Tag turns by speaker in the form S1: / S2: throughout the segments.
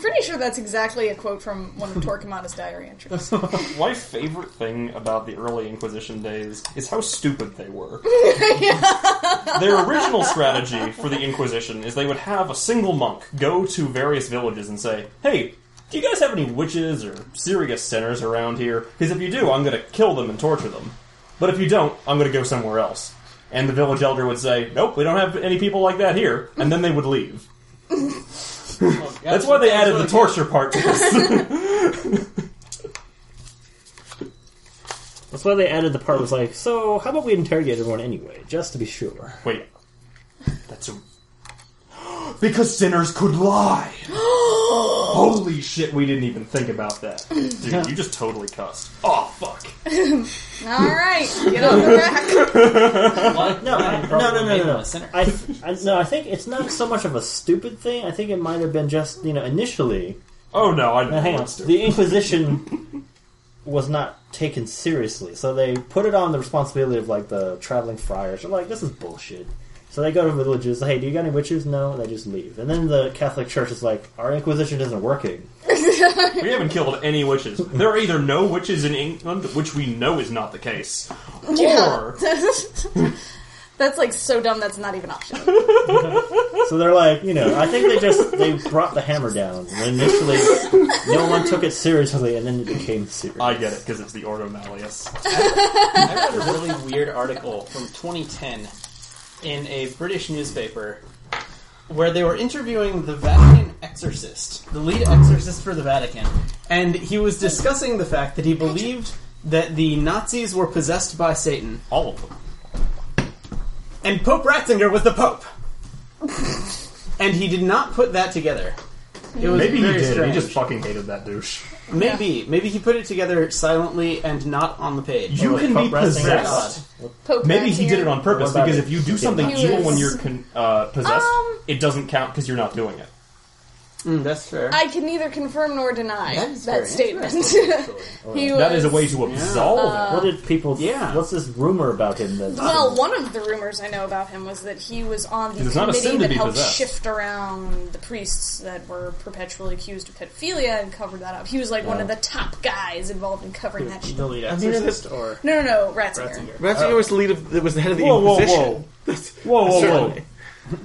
S1: pretty sure that's exactly a quote from one of Torquemada's diary entries.
S2: My favorite thing about the early Inquisition days is how stupid they were. Their original strategy for the Inquisition is they would have a single monk go to various villages and say, Hey, do you guys have any witches or serious sinners around here? Because if you do, I'm going to kill them and torture them. But if you don't, I'm going to go somewhere else. And the village elder would say, Nope, we don't have any people like that here. And then they would leave. That's why they added the torture part to this.
S3: That's why they added the part was like, so how about we interrogate everyone anyway, just to be sure.
S2: Wait. That's a. Because sinners could lie! Holy shit, we didn't even think about that. Dude, you just totally cussed. Oh, fuck.
S1: All right, get on the rack.
S3: No, I, no, no, no, no,
S4: Made them
S3: no.
S4: a sinner.
S3: I, I, no, I think it's not so much of a stupid thing. I think it might have been just you know initially.
S2: Oh no, I
S3: Now,
S2: didn't
S3: hang on,
S2: want to.
S3: the Inquisition was not taken seriously, so they put it on the responsibility of like the traveling friars. They're like, this is bullshit. So they go to villages. Hey, do you got any witches? No, and they just leave. And then the Catholic Church is like, our Inquisition isn't working.
S2: We haven't killed any witches. There are either no witches in England, which we know is not the case, or
S1: Yeah. that's like so dumb. That's not even optional.
S3: So they're like, you know, I think they just they brought the hammer down. And initially, no one took it seriously, and then it became serious.
S2: I get it because it's the Ordo Malleus.
S4: I read a really weird article from 2010 in a British newspaper where they were interviewing the Vatican exorcist, the lead exorcist for the Vatican, and he was discussing the fact that he believed that the Nazis were possessed by Satan,
S2: All of them.
S4: and Pope Ratzinger was the Pope. and he did not put that together. It was
S2: Maybe he
S4: very
S2: did.
S4: strange.
S2: He just fucking hated that douche.
S4: maybe maybe he put it together silently and not on the page.
S2: You
S3: Or
S2: can
S3: Pope
S2: be
S3: Ratzinger.
S2: possessed.
S1: Pope
S2: Maybe he
S1: Ratzinger.
S2: did it on purpose
S3: What about
S2: because
S3: it?
S2: if you do something
S1: He
S2: evil
S1: was-
S2: when you're con- uh, possessed,
S1: Um,
S2: it doesn't count because you're not doing it.
S4: Mm, that's fair.
S1: I can neither confirm nor deny
S4: That
S1: that,
S4: is very
S1: statement.
S4: interesting, actually.
S1: he was,
S2: That is a way to absolve it.
S3: What did people?
S4: Yeah.
S3: What's this rumor about him? That
S1: Well, one of the rumors I know about him was that he was on the
S2: It's not a
S1: committee
S2: sin to
S1: that
S2: be
S1: helped
S2: possessed.
S1: shift around the priests that were perpetually accused of pedophilia and covered that up. He was like one of the top guys involved in covering that shit.
S4: the
S1: No,
S4: lead
S5: I mean,
S4: exorcist or
S1: no, no, Ratzinger.
S5: Ratzinger was the lead of it was the head of the
S2: Uh, Whoa, whoa,
S5: Inquisition.
S2: whoa. Whoa, whoa, whoa.
S5: Certainly.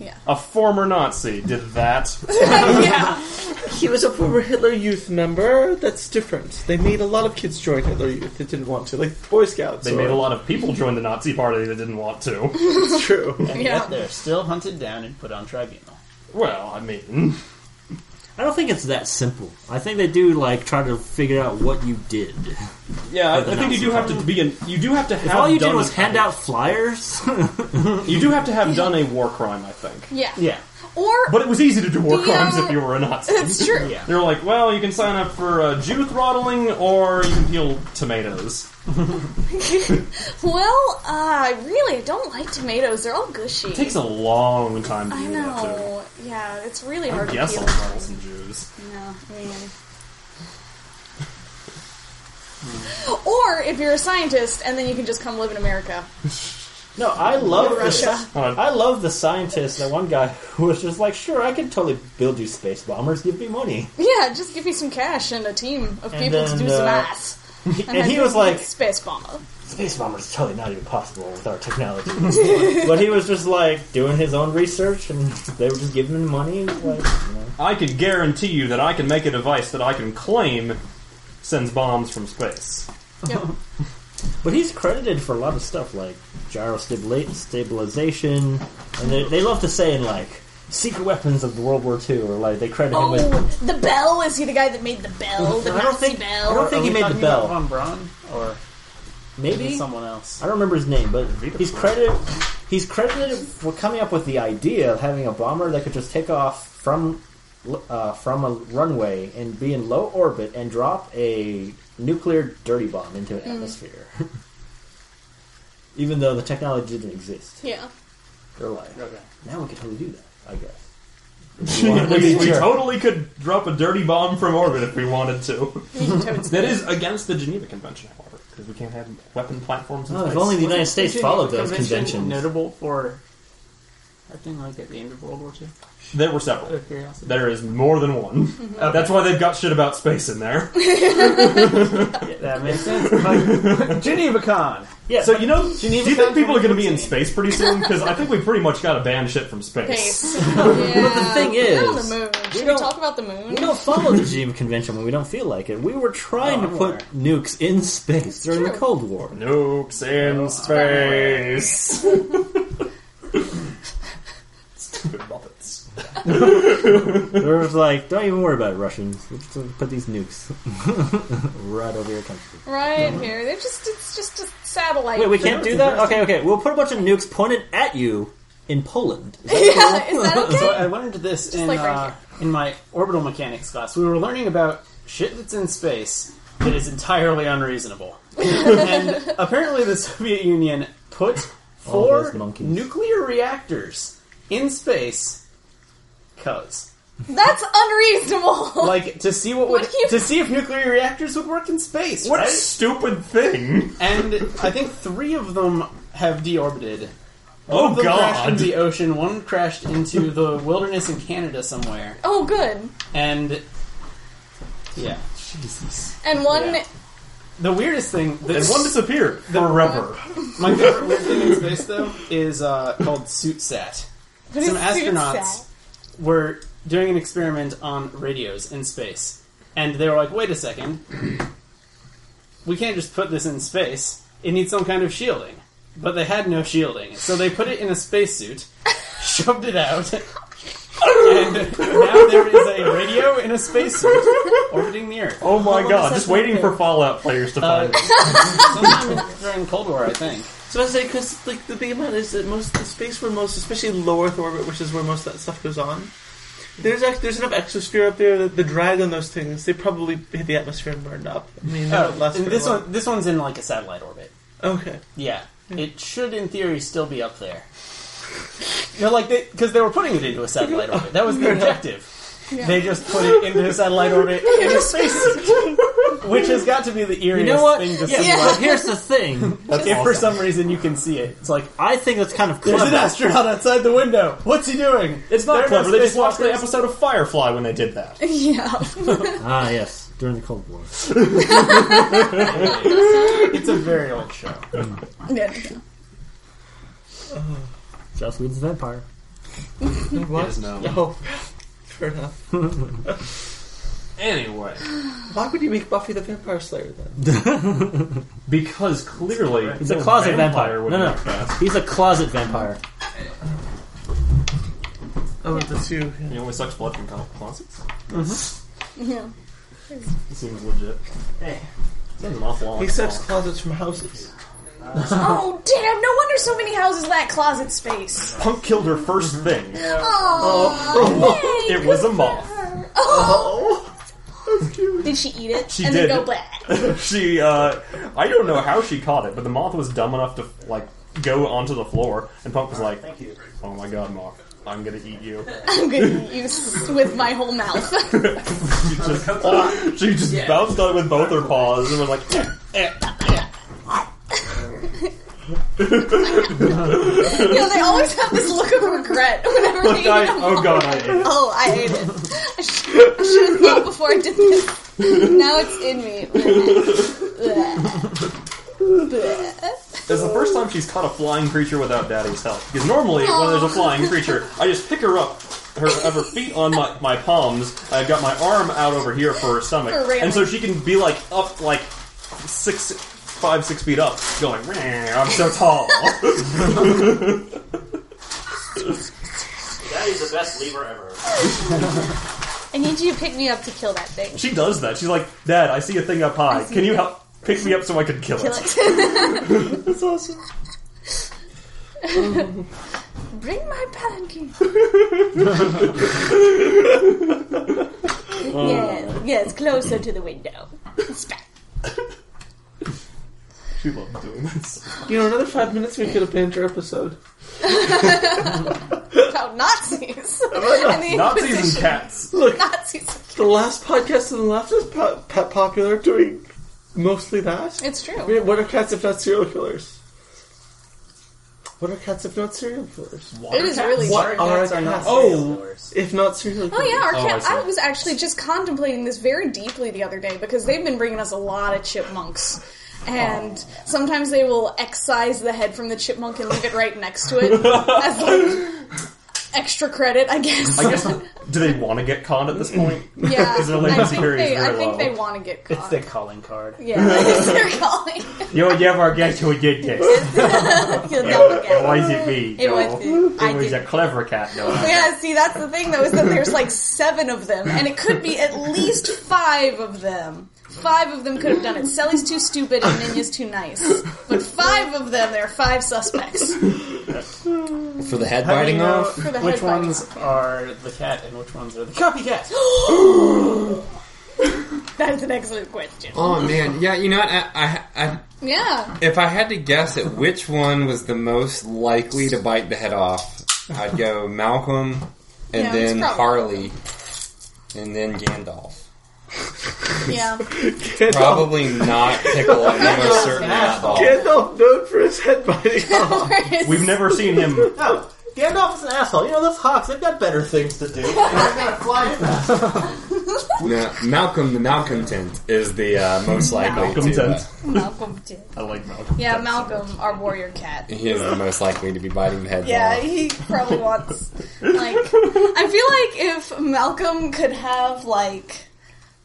S1: Yeah,
S2: A former Nazi did that.
S1: yeah.
S5: He was a former Hitler Youth member. That's different. They made a lot of kids join Hitler Youth that didn't want to, like Boy Scouts.
S2: They
S5: or-
S2: made a lot of people join the Nazi party that didn't want to.
S5: It's true.
S4: And
S1: Yeah.
S4: yet they're still hunted down and put on tribunal.
S2: Well, I mean,
S3: I don't think it's that simple. I think they do like try to figure out what you did.
S2: yeah, I,
S3: the
S2: I think you
S3: Nazi
S2: do have to be an. You do have to have.
S3: All you
S2: done
S3: did was
S2: a-
S3: hand out flyers.
S2: You do have to have done a war crime, I think.
S1: yeah,
S4: Yeah.
S1: Or
S2: But it was easy to do war
S1: Yeah.
S2: crimes if you were a Nazi.
S1: that's true.
S4: Yeah.
S2: They were like, well, you can sign up for uh, Jew throttling or you can peel tomatoes.
S1: Well, uh, I really don't like tomatoes. They're all gushy.
S2: It takes a long time to
S1: I
S2: do that,
S1: know. Yeah, it's really
S2: too.
S1: hard
S2: I
S1: to
S2: guess
S1: peel.
S2: I'll throttle some Jews.
S1: No, I mean.
S3: Hmm.
S1: Or if you're a scientist, and then you can just come live in America.
S3: no, I love the. sci-
S2: Hold on.
S3: I love the scientist. That one guy who was just like, sure, I could totally build you space bombers. Give me money.
S1: Yeah, just give me some cash and a team of
S3: And
S1: people to
S3: then,
S1: do some
S3: uh,
S1: math.
S3: And, he
S1: then
S3: was
S1: just
S3: like,
S1: make space bomber.
S3: space bombers is totally not even possible with our technology. but he was just like doing his own research, and they were just giving him money. Like, you know.
S2: I could guarantee you that I can make a device that I can claim sends bombs from space.
S1: Yep.
S3: But he's credited for a lot of stuff like gyro stabila- stabilization, and they, they love to say in like secret weapons of the World War II, or like they credit him
S1: oh,
S3: with.
S1: the bell? Is he the guy that made the bell? The
S3: I don't
S1: Nazi
S3: think-
S1: bell?
S3: I don't think
S4: Are
S3: he
S4: we
S3: made the
S4: talking
S3: bell.
S4: about Von Braun or
S3: Maybe
S4: someone else.
S3: I don't remember his name, but
S2: Vita
S3: he's
S2: Pro.
S3: credited. He's credited for coming up with the idea of having a bomber that could just take off from uh, from a runway and be in low orbit and drop a nuclear dirty bomb into an atmosphere. Even though the technology didn't exist,
S1: Yeah.
S3: they're like,
S4: Okay.
S3: now we could totally do that. I guess.
S2: we, we totally could drop a dirty bomb from orbit if we wanted to.
S1: Toads.
S2: That is against the Geneva Convention, however, because we can't have weapon platforms in
S3: Oh,
S2: space.
S3: if only the United
S4: Wasn't
S3: States
S4: Geneva
S3: followed those
S4: Convention
S3: conventions.
S4: Notable for I think like at the end of World War II.
S5: each?
S2: There were
S5: Out
S2: several.
S5: of curiosity.
S2: There is more than one.
S4: Mm-hmm.
S2: That's why they've got shit about space in there.
S3: That makes sense.
S4: Geneva Con.
S3: Yeah,
S2: So you know, do
S4: Geneva
S2: you think
S4: Convention
S2: people are going to be in
S4: 2014.
S2: space pretty soon? Because I think we pretty much got to ban shit from space.
S1: Space. yeah. But
S3: the thing
S1: on
S3: is,
S1: the moon. Should we
S3: don't-
S1: talk about the moon?
S3: We don't follow the Geneva Convention when we don't feel like it. We were
S4: Oh,
S3: trying to put nukes in space during the
S1: true.
S3: Cold War.
S2: Nukes in space. Stupid Muppets.
S3: They were like, don't even worry about it, Russians. We're just gonna put these nukes right over your country.
S1: Right here. They're just it's just a satellite.
S3: Wait, we can't do that? Okay, okay. We'll put a bunch of nukes pointed at you in Poland. Is that
S1: yeah, is that okay?
S4: So I learned this in
S1: like right
S4: uh, in my orbital mechanics class. We were learning about shit that's in space that is entirely unreasonable. and apparently, the Soviet Union put
S3: All
S4: four
S3: those monkeys.
S4: nuclear reactors in space. Cause,
S1: That's unreasonable.
S4: like, to see what would
S1: What do you-
S4: to see if nuclear reactors would work in space.
S2: What a
S4: right?
S2: stupid thing!
S4: And I think three of them have deorbited. One
S2: Oh
S4: of them crashed
S2: god!
S4: into the ocean. One crashed into the wilderness in Canada somewhere.
S1: oh, good.
S4: And yeah,
S1: And one.
S4: Yeah. the weirdest thing.
S2: And
S4: The
S2: one
S4: one,
S2: disappeared forever.
S4: my favorite weird thing in space though is uh, called SuitSat.
S1: What
S4: Some
S1: is suit
S4: astronauts
S1: sat?
S4: were doing an experiment on radios in space, and they were like, "Wait a second, we can't just put this in space. It needs some kind of shielding." But they had no shielding, so they put it in a spacesuit, shoved it out, and now there is a radio in a spacesuit orbiting the Earth.
S2: Oh my
S3: Well,
S2: god!
S3: that's
S2: Just
S3: not
S2: waiting
S3: fair.
S2: for Fallout players to
S4: Uh,
S2: find it.
S4: sometime during Cold War, I think.
S5: So I say, because like the big amount is that most the space where most, especially low Earth orbit, which is where most of that stuff goes on. There's act- there's enough exosphere up there that the drag on those things they probably hit the atmosphere and burned up. I mean, that
S4: Oh,
S5: would last
S4: and
S5: very
S4: this
S5: long.
S4: one, this one's in like a satellite orbit.
S5: Okay,
S4: Yeah, it should, in theory, still be up there. No, like they because they were putting it into a satellite orbit. That was the objective.
S1: Yeah.
S4: They just put it into a satellite orbit in a spacesuit, which has got to be the eeriest
S3: You know what?
S4: thing to
S3: Yeah,
S4: see.
S3: But here's the thing.
S2: That's
S4: If for
S2: awesome.
S4: some reason you can see it, it's like
S3: I think that's kind of
S4: there's an
S3: clever.
S4: astronaut outside the window. What's he doing?
S2: It's not
S4: There are no
S2: clever. They just watched the
S4: spacewalkers.
S2: episode of Firefly when they did that.
S1: Yeah.
S3: Ah, yes. During the Cold War.
S4: It's a very old show.
S1: yeah.
S3: Joss Whedon's a vampire.
S5: what?
S2: no.
S5: No, Oh, fair enough.
S2: Anyway,
S5: Why would you make Buffy the Vampire Slayer then?
S2: because clearly
S3: He's a closet vampire.
S2: would
S3: No, no.
S2: work best.
S3: He's a closet vampire.
S5: Oh, the two.
S2: He only sucks blood from clo- closets.
S1: Yeah.
S2: Seems legit.
S5: Hey.
S2: Seems an awful lot.
S5: He sucks closets from houses.
S1: Oh damn! No wonder so many houses lack closet space.
S2: Punk killed her first thing.
S1: Oh, yay,
S2: It was
S1: good
S2: a
S1: for
S2: moth.
S1: her. Oh.
S5: Oh,
S1: Did she eat it?
S2: She
S1: and
S2: did.
S1: Then go black.
S2: she, uh, I don't know how she caught it, but the moth was dumb enough to like go onto the floor, and Punk was like, "Oh my god, moth, I'm gonna eat you."
S1: I'm gonna eat you s- with my whole mouth.
S2: She just, she just bounced on it with both her paws and was like, "Eh, eh."
S1: you know, they always have this look of regret whenever they eat
S2: I-
S1: a
S2: "Oh god, I ate." it.
S1: Oh, I hate it. I should, I should have thought before I did this. Now it's in me. Blech. Blech.
S2: It's the first time she's caught a flying creature without Daddy's help. Because normally, when
S1: Oh.
S2: there's a flying creature, I just pick her up, her, of her feet on my, my palms. I've got my arm out over here for her stomach.
S1: For railing.
S2: and so she can be like up, like six, five, six feet up, going, "Meh, I'm so tall.
S6: That is the best lever ever.
S1: I need you to pick me up to kill that thing.
S2: she does that. She's like, Dad, I see a thing up high.
S1: see
S2: Can you
S1: it."
S2: help pick me up so I can kill,
S1: Kill
S2: it?
S1: it.
S5: that's awesome.
S1: Bring my palanquin. yes, yes, closer to the window. Spat.
S2: She loves doing this.
S5: You know, another five minutes we could have banned your episode.
S1: About Nazis. And the
S2: Nazis and
S1: Inquisition.
S2: cats.
S5: Look,
S1: Nazis.
S5: the last podcast on the left is po- pet popular doing mostly that.
S1: It's
S5: I
S1: true.
S5: mean, what are cats if not serial killers? What are cats if not serial killers?
S4: Water
S1: It is
S4: cats?
S1: really
S4: Water
S5: What
S4: cats
S5: are
S4: are not
S5: cats?
S4: serial
S5: Oh.
S4: killers.
S5: If not serial killers.
S1: Oh yeah, our
S2: Oh,
S1: cat.
S2: I see.
S1: I, was actually just contemplating this very deeply the other day because they've been bringing us a lot of chipmunks. And
S2: Oh.
S1: sometimes they will excise the head from the chipmunk and leave it right next to it as like extra credit, I guess.
S2: I guess. Do they want to get conned at this point?
S1: yeah,
S2: Because their latency
S1: I think
S2: period is
S1: they, I
S2: very
S1: think
S2: low.
S1: they want to get caught.
S4: It's their calling card.
S1: yeah, I guess they're calling.
S3: You never get to get this.
S1: You'll never get it.
S3: Why is it me?
S1: It was me. I
S3: It was
S1: did-
S3: a clever cat, though.
S1: Yeah, see, that's the thing though, is that there's like seven of them, and it could be at least five of them. Five of them could have done it. Sally's too stupid and Ninja's too nice. But five of them, there are five suspects.
S6: For the head
S4: How do you
S6: biting
S4: know
S6: off?
S1: For the
S4: which
S1: head biting
S4: ones
S1: off,
S4: are the cat and which ones are the copycat?
S1: That is an excellent question.
S6: Oh man, yeah. You know what? I, I, I,
S1: Yeah.
S6: if I had to guess at which one was the most likely to bite the head off, I'd go Malcolm, and
S1: Yeah, it's
S6: then
S1: probably-
S6: Harley, and then Gandalf.
S1: Yeah.
S6: Probably not Pickle. I'm almost certain not Ball.
S5: Gandalf known for his head biting off.
S2: We've never seen him.
S4: No, Oh, Gandalf is an asshole. You know those hawks. They've got better things to do. They're gonna fly fast.
S6: No, Malcolm the Malcolm tent is the uh, most likely
S2: Malcolm
S6: to. uh,
S2: tent.
S1: Malcolm did.
S2: I like Malcolm.
S1: Yeah,
S2: Tent so
S1: Malcolm, our warrior cat.
S6: he is the most likely to be biting the head
S1: Yeah,
S6: off.
S1: he probably wants like I feel like if Malcolm could have like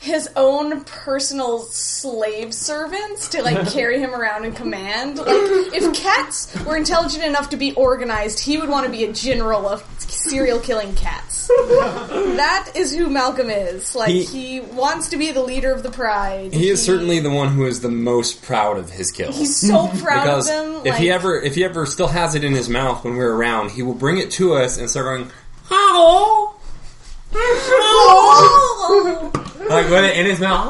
S1: his own personal slave servants to like carry him around in command. Like if cats were intelligent enough to be organized, he would want to be a general of serial killing cats. that is who Malcolm is. Like
S6: He-
S1: he, wants to be the leader of the pride.
S6: He is certainly the one who is the most proud of his kills.
S1: He's so proud
S6: because
S1: of them.
S6: if
S1: like,
S6: he ever if he ever still has it in his mouth when we're around, he will bring it to us and start going, "Ow!"
S1: Oh!
S6: like with it in his mouth.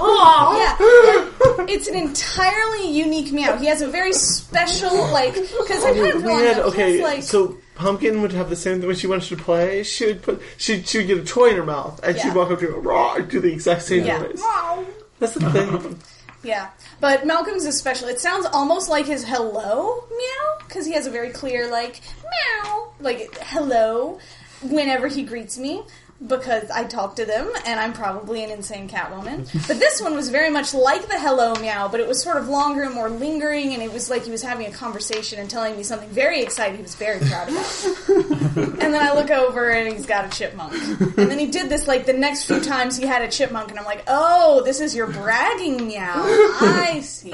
S1: Yeah, it's an entirely unique meow. He has a very special, like, because I've had one
S5: Weird.
S1: that
S5: Okay,
S1: has, like,
S5: so Pumpkin would have the same thing when she wanted to play. She would put she she would get a toy in her mouth and
S1: Yeah.
S5: she'd walk up to it raw and do the exact same
S1: yeah,
S5: noise. That's the thing.
S1: yeah. But Malcolm's is special. It sounds almost like his hello meow because he has a very clear, like, meow, like hello, whenever he greets me. Because I talk to them, and I'm probably an insane cat woman. But this one was very much like the hello meow, but it was sort of longer and more lingering, and it was like he was having a conversation and telling me something very exciting he was very proud about. And then I look over and he's got a chipmunk. And then he did this like the next few times he had a chipmunk, and I'm like, oh, this is your bragging meow. I see.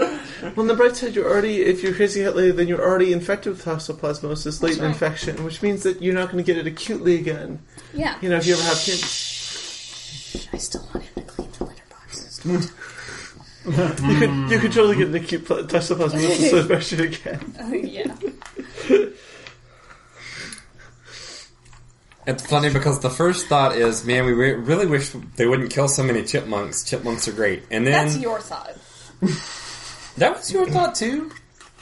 S5: On the bright side, you're already if you're crazy cat lady, then you're already infected with toxoplasmosis, latent
S1: right.
S5: infection, which means that you're not going to get it acutely again.
S1: Yeah.
S5: You know, if you ever have kids,
S1: I still want him to clean the litter boxes.
S5: you could you could totally get an acute pla- toxoplasmosis infection again.
S1: Oh, yeah.
S6: It's funny because the first thought is, man, we re- really wish they wouldn't kill so many chipmunks. Chipmunks are great, and then
S1: That's your thought.
S6: that was your thought too.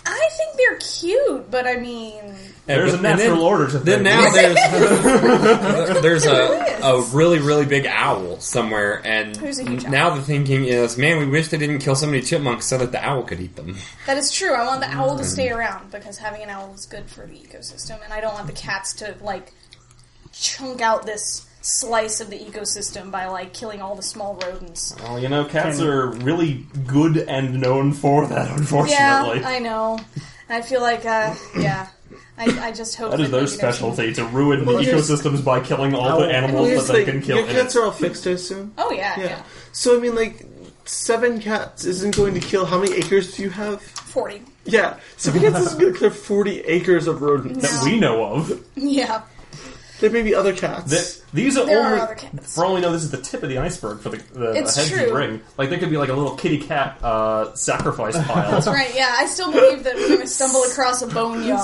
S1: I think they're cute, but I mean,
S6: And-
S2: There's a
S6: and then-
S2: natural order to
S6: Then
S2: things.
S6: now there's there's a,
S1: is.
S6: a really really big owl somewhere, and
S1: There's a huge
S6: now the thinking is, man, we wish they didn't kill so many chipmunks so that the owl could eat them.
S1: that is true. I want the owl to stay around because having an owl is good for the ecosystem, and I don't want the cats to like chunk out this slice of the ecosystem by like killing all the small rodents.
S2: Well, you know, cats are really good and known for that,
S1: Yeah,
S2: unfortunately.
S1: I know. I feel like, uh, yeah. I, I just hope
S2: that is their
S1: maybe there's-
S2: specialty, to ruin
S5: here's-
S2: ecosystems by killing all the
S3: Owl.
S2: animals
S5: Here's
S2: that
S5: the
S2: they
S5: thing,
S2: can kill.
S5: your
S2: in
S5: cats
S2: it.
S5: are all fixed, I assume.
S1: Oh yeah, yeah,
S5: yeah. So I mean, like seven cats isn't going to kill. How many acres do you have?
S1: forty.
S5: Yeah, so because this is going to clear 40 acres of rodents.
S2: that we know of.
S1: Yeah,
S5: There may be other cats.
S2: That, these are
S1: There are
S2: only,
S1: other cats.
S2: for all we know, this is the tip of the iceberg for the, the, the
S1: It's
S2: heads you
S1: true.
S2: bring. Like, there could be like a little kitty cat uh, sacrifice pile.
S1: right. Yeah, I still believe that we're gonna stumble across a boneyard.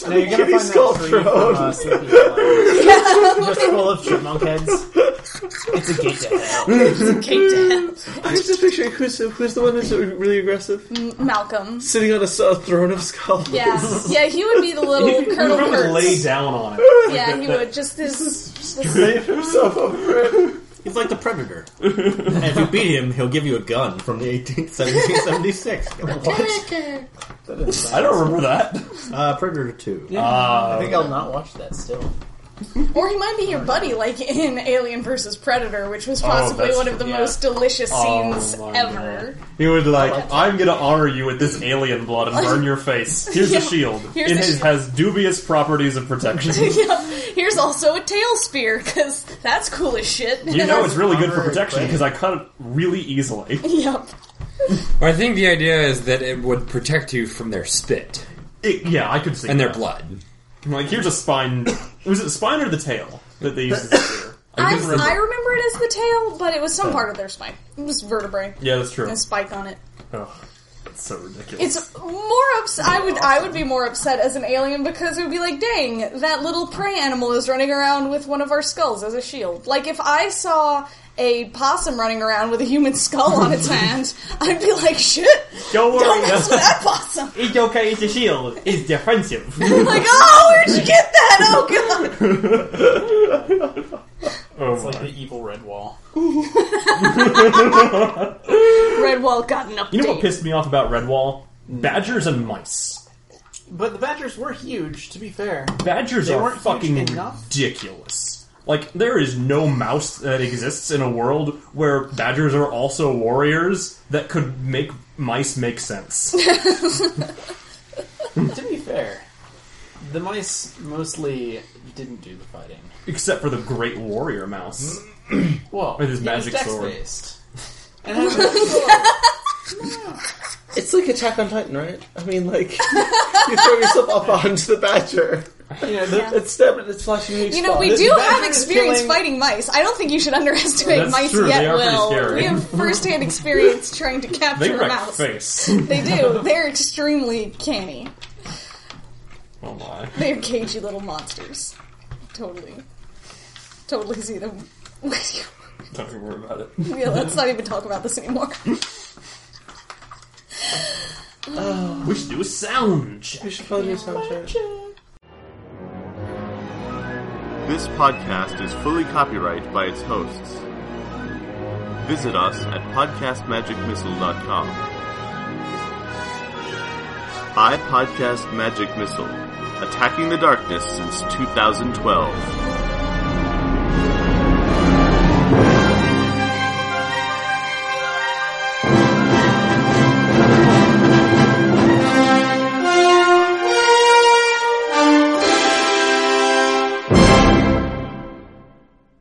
S1: that's-
S5: from
S4: Now you're gonna
S5: kitty
S4: find
S5: skull
S4: that tree from, uh,
S5: throne.
S4: Sleepy Hollow. just full of chipmunk heads. It's a gate to hell.
S1: Cape Town.
S5: I'm just picturing who's, who's the one who's really aggressive?
S1: Malcolm.
S5: Sitting on a, s- a throne of skulls.
S1: Yeah, yeah, he would be the little
S2: You
S1: Colonel
S2: really
S1: Kurtz.
S2: lay down on it.
S1: Yeah,
S2: that-
S1: he
S2: that-
S1: would just this.
S5: Made himself over it.
S7: He's like the Predator. and if you beat him, he'll give you a gun from the 18th, 1776.
S2: I don't remember that.
S7: Uh, Predator 2.
S4: I think I'll not watch that still.
S1: Or he might be your buddy, like in Alien vs. Predator, which was possibly
S2: Oh, that's
S1: one of the
S4: true, yeah.
S1: most delicious
S2: Oh,
S1: scenes
S2: my
S1: ever.
S2: He would like, I'm gonna honor you with this alien blood and burn your face. Here's a
S1: Yeah.
S2: shield.
S1: Here's
S2: it
S1: a
S2: has,
S1: shield."
S2: has dubious properties of protection.
S1: yeah. Here's also a tail spear, because that's cool as shit.
S2: you know it's really good for
S7: Armor,
S2: protection
S7: right.
S2: because I cut it really easily.
S1: Yep.
S6: I think the idea is that it would protect you from their spit
S2: It- yeah, I could see.
S6: and their
S2: that.
S6: blood.
S2: Like here's a spine. was it the spine or the tail that they used as a spear?
S1: I, I
S2: couldn't remember. Oh.
S1: remember it as the tail, but it was some part of their spine. It was vertebrae.
S2: Yeah, that's true.
S1: And a spike on it.
S2: Oh, it's so ridiculous.
S1: It's more upset. I would I would be more upset as an alien because it would be like, dang, that little prey animal is running around with one of our skulls as a shield. Like if I saw a possum running around with a human skull on its hand, I'd be like, shit,
S4: Don't
S1: don't mess with that possum.
S4: It's okay, it's a shield. It's defensive.
S1: I'm like, oh, where'd you get that? Oh god.
S2: oh
S4: It's
S2: my.
S4: like the evil red wall.
S1: Redwall got an update.
S2: you know what pissed me off about Redwall? Badgers and mice.
S4: But the Badgers were huge, to be fair.
S2: Badgers
S4: They
S2: are
S4: weren't
S2: fucking
S4: huge enough.
S2: ridiculous. Like there is no mouse that exists in a world where badgers are also warriors that could make mice make sense.
S4: to be fair, the mice mostly didn't do the fighting.
S2: Except for the great warrior mouse.
S4: Well,
S2: With his
S4: it
S2: magic
S4: was
S2: sword.
S4: dex-based. And I was-
S5: It's like Attack on Titan, right? I mean, like you throw yourself up onto the badger.
S4: you know, the,
S5: It's stabbing, it's flashing. huge
S1: You know, we
S5: spikes.
S1: do
S4: badger
S1: have
S4: is
S1: experience
S4: killing-
S1: fighting mice. I don't think you should underestimate
S2: That's
S1: mice
S2: true,
S1: yet,
S2: they are pretty
S1: Will.
S2: scary.
S1: We have first-hand experience trying to
S2: They
S1: capture a
S2: wreck
S1: mouse.
S2: face.
S1: They do. They're extremely canny.
S2: Oh my.
S1: They're cagey little monsters. Totally. Totally see them with you.
S2: Don't even worry about it.
S1: Yeah, let's not even talk about this anymore.
S2: We should do a sound check.
S5: We should probably do a sound check.
S8: This podcast is fully copyright by its hosts. Visit us at podcastmagicmissile.com. I Podcast Magic Missile, attacking the darkness since 2012.